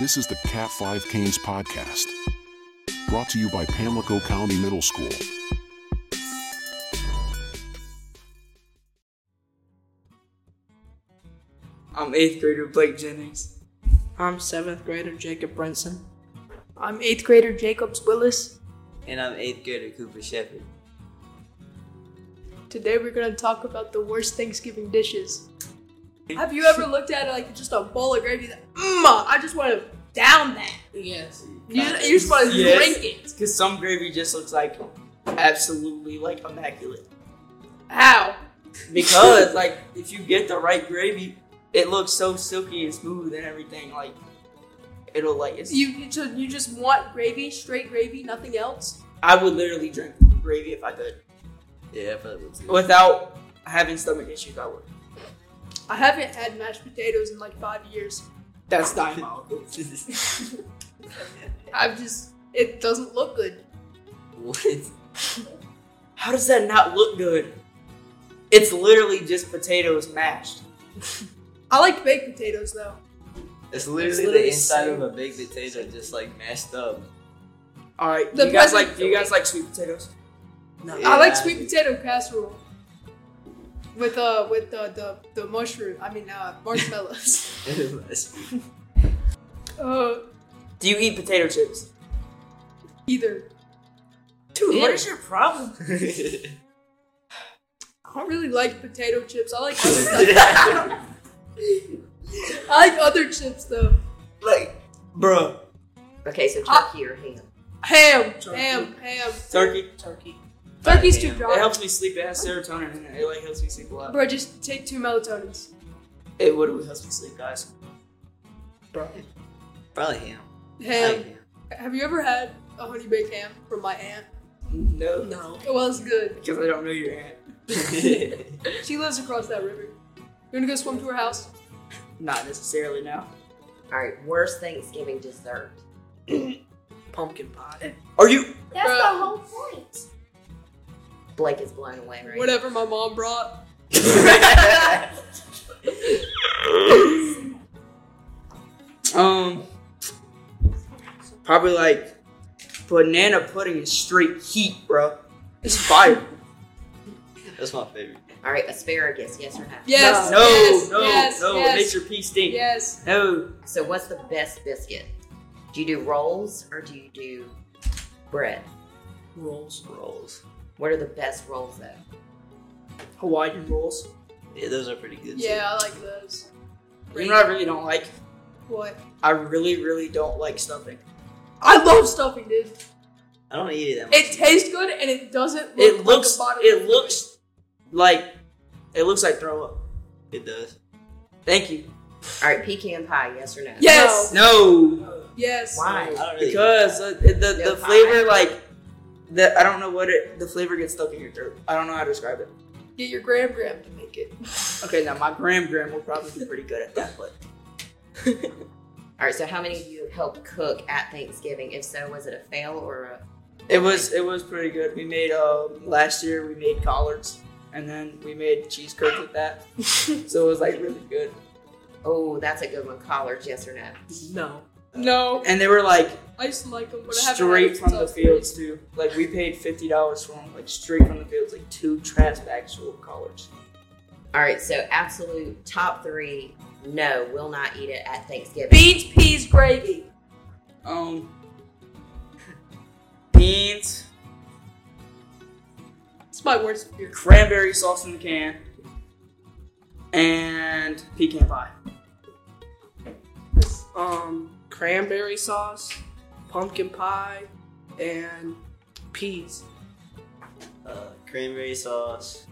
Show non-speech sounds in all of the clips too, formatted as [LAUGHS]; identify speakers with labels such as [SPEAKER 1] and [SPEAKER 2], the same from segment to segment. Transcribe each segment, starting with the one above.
[SPEAKER 1] This is the Cat 5 Canes podcast, brought to you by Pamlico County Middle School.
[SPEAKER 2] I'm eighth grader Blake Jennings.
[SPEAKER 3] I'm seventh grader Jacob Brinson.
[SPEAKER 4] I'm eighth grader Jacobs Willis.
[SPEAKER 5] And I'm eighth grader Cooper Shepard.
[SPEAKER 4] Today we're gonna talk about the worst Thanksgiving dishes. Have you ever looked at it like just a bowl of gravy? That, mm, I just want to down that.
[SPEAKER 3] Yes.
[SPEAKER 4] You, you just want to
[SPEAKER 2] Yes.
[SPEAKER 4] drink it.
[SPEAKER 2] Because some gravy just looks like absolutely like
[SPEAKER 5] [LAUGHS]
[SPEAKER 2] immaculate.
[SPEAKER 4] How?
[SPEAKER 2] Because like if you get the right gravy, it looks so silky and smooth and everything. Like it'll like it's,
[SPEAKER 4] You you ju- you just want gravy, straight gravy, nothing else.
[SPEAKER 2] I would literally drink gravy if I could
[SPEAKER 5] Yeah, I probably would too. [LAUGHS]
[SPEAKER 2] without having stomach issues. I would.
[SPEAKER 4] I haven't had mashed potatoes in like five years.
[SPEAKER 2] That's diabolical.
[SPEAKER 4] I've just it doesn't look good.
[SPEAKER 5] what?
[SPEAKER 2] How does that not look good? It's literally just potatoes mashed.
[SPEAKER 4] I like baked potatoes though.
[SPEAKER 5] It's literally the
[SPEAKER 2] literally
[SPEAKER 5] inside
[SPEAKER 2] so-
[SPEAKER 5] of a baked potato just like mashed up.
[SPEAKER 2] All right,
[SPEAKER 4] The
[SPEAKER 2] you guys
[SPEAKER 4] present-
[SPEAKER 2] like do you guys like sweet potatoes? No.
[SPEAKER 5] Yeah.
[SPEAKER 4] I like sweet potato casserole with uh with uh, the the mushroom. I mean uh,
[SPEAKER 5] [LAUGHS]
[SPEAKER 4] marshmallows. uh,
[SPEAKER 2] Do you eat potato chips?
[SPEAKER 4] either.
[SPEAKER 2] Dude,
[SPEAKER 4] what
[SPEAKER 2] is your problem?
[SPEAKER 4] I don't really like potato chips.
[SPEAKER 5] [LAUGHS]
[SPEAKER 4] I like other [LAUGHS] I like other chips though.
[SPEAKER 2] like, bruh.
[SPEAKER 6] Okay, so
[SPEAKER 4] Ah.
[SPEAKER 6] turkey or ham.
[SPEAKER 4] Ham,
[SPEAKER 2] Turkey.
[SPEAKER 4] ham, ham.
[SPEAKER 2] [LAUGHS] Turkey.
[SPEAKER 3] Turkey.
[SPEAKER 4] Turkey's too
[SPEAKER 5] Ham.
[SPEAKER 2] It
[SPEAKER 4] dry.
[SPEAKER 2] helps me sleep. It has serotonin in it. It like helps me sleep a lot.
[SPEAKER 4] Bro, just take two melatonins.
[SPEAKER 2] It literally helps me sleep, guys.
[SPEAKER 5] probably ham. I like
[SPEAKER 4] Ham.
[SPEAKER 5] ham.
[SPEAKER 4] Have you ever had a honey baked ham from my aunt?
[SPEAKER 2] No.
[SPEAKER 3] No.
[SPEAKER 4] It was good.
[SPEAKER 2] Because I don't know your aunt.
[SPEAKER 4] She lives across that river. You wanna go swim to her house?
[SPEAKER 2] Not necessarily now.
[SPEAKER 6] All right, worst Thanksgiving dessert.
[SPEAKER 3] Pumpkin pie.
[SPEAKER 2] Are you?
[SPEAKER 4] That's the whole
[SPEAKER 6] point. Blake is blown away right
[SPEAKER 4] Whatever my mom brought.
[SPEAKER 2] Um. Probably like banana pudding is straight heat, bro. It's fire.
[SPEAKER 5] That's my favorite.
[SPEAKER 6] now. All right, asparagus, yes or no?
[SPEAKER 4] Yes.
[SPEAKER 2] no,
[SPEAKER 4] yes,
[SPEAKER 2] no,
[SPEAKER 4] yes,
[SPEAKER 2] no.
[SPEAKER 4] Yes,
[SPEAKER 2] Makes your pee stink.
[SPEAKER 4] yes.
[SPEAKER 2] No.
[SPEAKER 6] So what's the best biscuit? Do you do rolls or do you do bread?
[SPEAKER 2] Rolls.
[SPEAKER 5] Rolls.
[SPEAKER 6] What are the best rolls though?
[SPEAKER 2] Hawaiian rolls.
[SPEAKER 5] Yeah, those are pretty good.
[SPEAKER 4] Yeah, I like those.
[SPEAKER 2] You know what I really don't like?
[SPEAKER 4] What?
[SPEAKER 2] I really, really don't like stuffing.
[SPEAKER 4] I love stuffing, dude.
[SPEAKER 5] Too. I don't eat it that much.
[SPEAKER 4] It tastes good and it doesn't. Look
[SPEAKER 2] It looks,
[SPEAKER 4] Like a bottom
[SPEAKER 2] it looks like, it looks like throw up.
[SPEAKER 5] It does.
[SPEAKER 2] Thank you.
[SPEAKER 6] All right, pecan pie, yes or no?
[SPEAKER 4] Yes.
[SPEAKER 2] No,
[SPEAKER 4] Yes.
[SPEAKER 6] Why?
[SPEAKER 5] I don't really.
[SPEAKER 2] because uh, it- the the,
[SPEAKER 6] No pie.
[SPEAKER 2] flavor like, the I don't know what it the flavor gets stuck in your throat. I don't know how to describe it.
[SPEAKER 4] Get your gram gram to make it.
[SPEAKER 2] Okay, now my gram gram will probably be pretty good at that, but
[SPEAKER 6] All right, so how many of you helped cook at Thanksgiving? If so, was it a fail or a
[SPEAKER 2] it was it was pretty good. We made um last year we made collards and then we made cheese curds with [LAUGHS] that, so it was like really good.
[SPEAKER 6] Oh, that's a good one. Collards, yes or no?
[SPEAKER 3] No.
[SPEAKER 4] No,
[SPEAKER 2] And they were like
[SPEAKER 4] I used to like them, but I haven't. had
[SPEAKER 2] straight
[SPEAKER 4] them
[SPEAKER 2] from the
[SPEAKER 4] since I
[SPEAKER 2] fields too. Like we paid fifty dollars for them, like straight from the fields, like two trash bags full of collards.
[SPEAKER 6] All right, so absolute top three. No, will not eat it at Thanksgiving.
[SPEAKER 4] was- Beans, peas, gravy.
[SPEAKER 2] Um, beans,
[SPEAKER 4] It's my worst fear.
[SPEAKER 2] cranberry sauce in the can, and pecan pie.
[SPEAKER 3] Um, cranberry sauce, pumpkin pie, and peas.
[SPEAKER 5] Uh, cranberry sauce,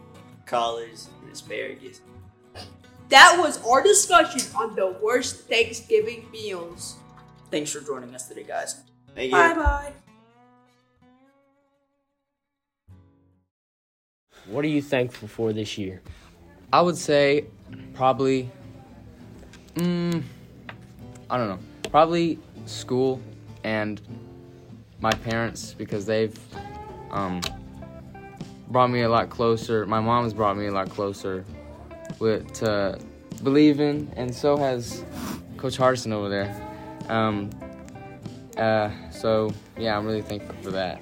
[SPEAKER 5] collards, and asparagus.
[SPEAKER 4] That was our discussion on the worst Thanksgiving meals.
[SPEAKER 2] Thanks for joining us today, guys.
[SPEAKER 5] Thank you.
[SPEAKER 2] Bye bye.
[SPEAKER 7] What are you thankful for this year?
[SPEAKER 8] I would say probably, mm, I don't know, probably school and my parents because they've um, brought me a lot closer. My mom has brought me a lot closer with to believing, and so has Coach Hardison over there. Um, uh, so yeah, I'm really thankful for that.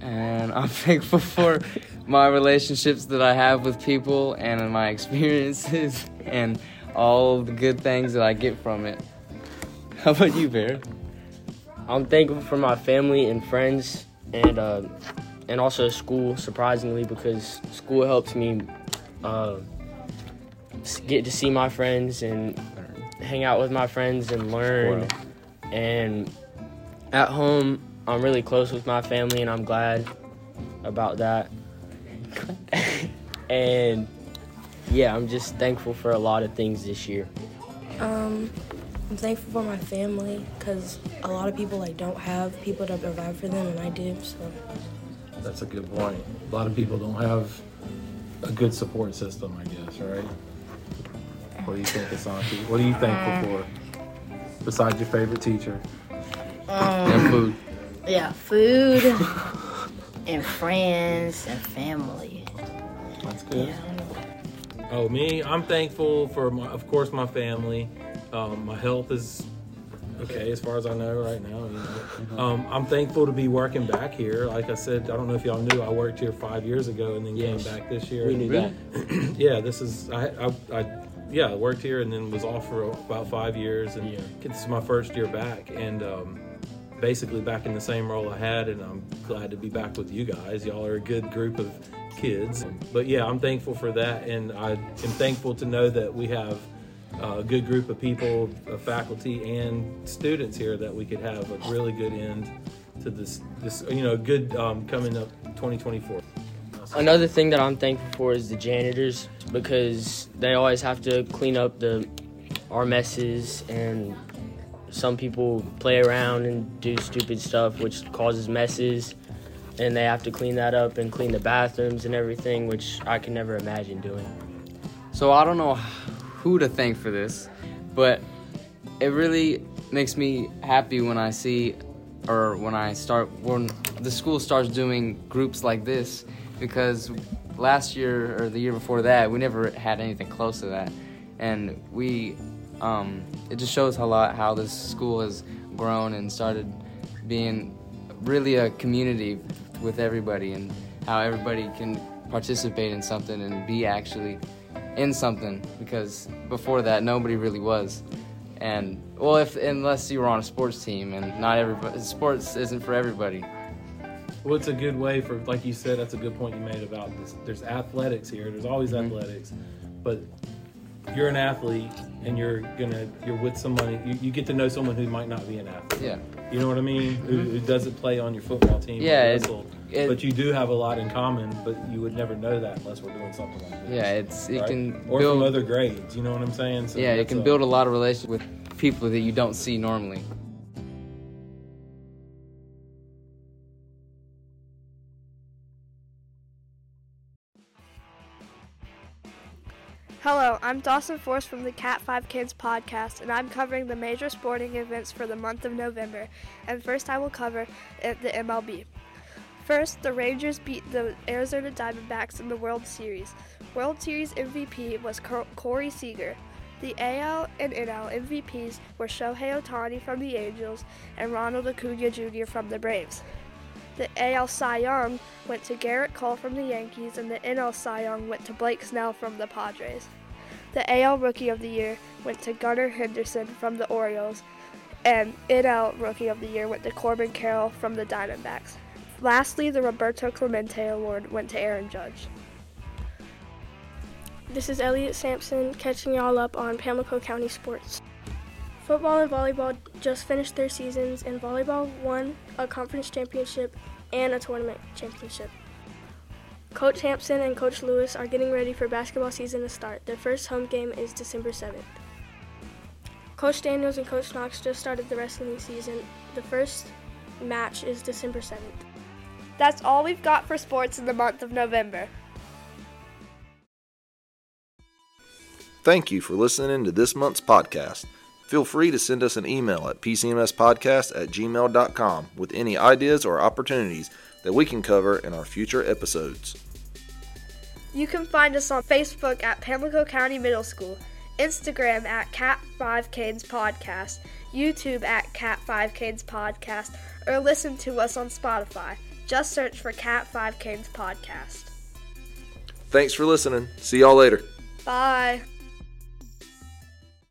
[SPEAKER 8] And I'm [LAUGHS] thankful for my relationships that I have with people and my experiences [LAUGHS] and all the good things that I get from it. How about you, Bear?
[SPEAKER 7] I'm thankful for my family and friends, and uh, and also school. Surprisingly, because school helps me uh, s- get to see my friends and hang out with my friends and learn.
[SPEAKER 8] Wow.
[SPEAKER 7] And at home, I'm really close with my family, and I'm glad about that. [LAUGHS] and yeah, I'm just thankful for a lot of things this year.
[SPEAKER 9] Um, I'm thankful for my family because a lot of people like don't have people to provide for them, and I do. So
[SPEAKER 10] That's a good point. A lot of people don't have a good support system, I guess, right? What do you think, Asante? What are you thankful for? Besides your favorite teacher and food.
[SPEAKER 11] Um, Yeah, food [LAUGHS] and friends and family.
[SPEAKER 10] That's good.
[SPEAKER 12] Oh, me, I'm thankful for, my, of course, my family. Um, my health is okay as far as I know right now. You know. um, I'm thankful to be working back here. Like I said, I don't know if y'all knew, I worked here five years ago and then came back this year.
[SPEAKER 7] We knew that.
[SPEAKER 12] yeah, this is I, I, I yeah I worked here and then was off for about five years and this is my first year back and um, basically back in the same role I had and I'm glad to be back with you guys. Y'all are a good group of kids, but yeah, I'm thankful for that and I am thankful to know that we have. A good group of people, of faculty and students here that we could have a really good end to this, this you know, good um, coming up 2024.
[SPEAKER 7] Another thing that I'm thankful for is the janitors because they always have to clean up the our messes and some people play around and do stupid stuff which causes messes and they have to clean that up and clean the bathrooms and everything which I can never imagine doing.
[SPEAKER 8] So I don't know who to thank for this, but it really makes me happy when I see or when I start when the school starts doing groups like this because last year or the year before that we never had anything close to that and we um, it just shows a lot how this school has grown and started being really a community with everybody and how everybody can participate in something and be actually in something because before that nobody really was and well if unless you were on a sports team and not everybody sports isn't for everybody
[SPEAKER 12] Well, it's a good way for, like you said, that's a good point you made about this. There's athletics here. There's always
[SPEAKER 8] Mm-hmm.
[SPEAKER 12] athletics, but you're an athlete, and you're gonna you're with somebody. You, you get to know someone who might not be an athlete.
[SPEAKER 8] yeah Mm-hmm.
[SPEAKER 12] You know what I mean? Who, who doesn't play on your football team? or
[SPEAKER 8] Yeah, it-
[SPEAKER 12] wrestle.
[SPEAKER 8] it-
[SPEAKER 12] but you do have a lot in common. But you would never know that unless we're doing something like this.
[SPEAKER 8] yeah it's it
[SPEAKER 12] right?
[SPEAKER 8] can
[SPEAKER 12] or
[SPEAKER 8] build
[SPEAKER 12] from other grades. You know what I'm saying?
[SPEAKER 8] yeah it
[SPEAKER 12] that's
[SPEAKER 8] can build a lot of relations with people that you don't see normally
[SPEAKER 13] Hello, I'm Dawson Force from the Cat 5 Kids podcast, and I'm covering the major sporting events for the month of November. And first, I will cover uh, the MLB. First, the Rangers beat the Arizona Diamondbacks in the World Series. World Series MVP was Cor- Corey Seager. The AL and NL MVPs were Shohei Otani from the Angels and Ronald Acuna Jr. from the Braves. The AL Cy Young went to Garrett Cole from the Yankees, and the NL Cy Young went to Blake Snell from the Padres. The AL Rookie of the Year went to Gunnar Henderson from the Orioles, and NL Rookie of the Year went to Corbin Carroll from the Diamondbacks. Lastly, the Roberto Clemente Award went to Aaron Judge. This is Elliot Sampson catching y'all up on Pamlico County sports. Football and volleyball just finished their seasons, and volleyball won a conference championship and a tournament championship. Coach Hampson and Coach Lewis are getting ready for basketball season to start. Their first home game is December 7th. Coach Daniels and Coach Knox just started the wrestling season. The first match is December 7th. That's all we've got for sports in the month of November.
[SPEAKER 14] Thank you for listening to this month's podcast. Feel free to send us an email at pcmspodcast at gmail.com with any ideas or opportunities that we can cover in our future episodes.
[SPEAKER 13] You can find us on Facebook at Pamlico County Middle School
[SPEAKER 2] Instagram at Cat5Canes Podcast, YouTube at Cat5Canes Podcast, or listen to us on Spotify. Just search for Cat5Canes Podcast.
[SPEAKER 15] Thanks for listening. See y'all later.
[SPEAKER 2] Bye.